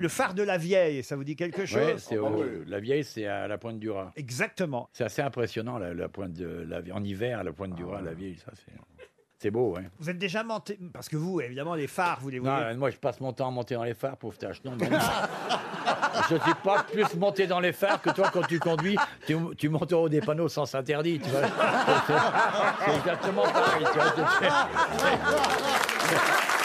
Le phare de la Vieille, ça vous dit quelque chose Ouais, c'est au- la vieille, c'est à la pointe du Raz. Exactement. C'est assez impressionnant, la, la pointe de la Vieille. En hiver, à la pointe du Raz, la vieille, ça, c'est. C'est beau, hein. ouais. Vous êtes déjà monté parce que vous, évidemment, les phares, vous les Non, voyez. euh, moi, je passe mon temps à monter dans les phares, pauvre tâche. Non, non. je suis pas plus monté dans les phares que toi quand tu conduis, tu, tu montes en haut des panneaux sans interdit, tu vois. C'est- C'est exactement pareil. tu vois.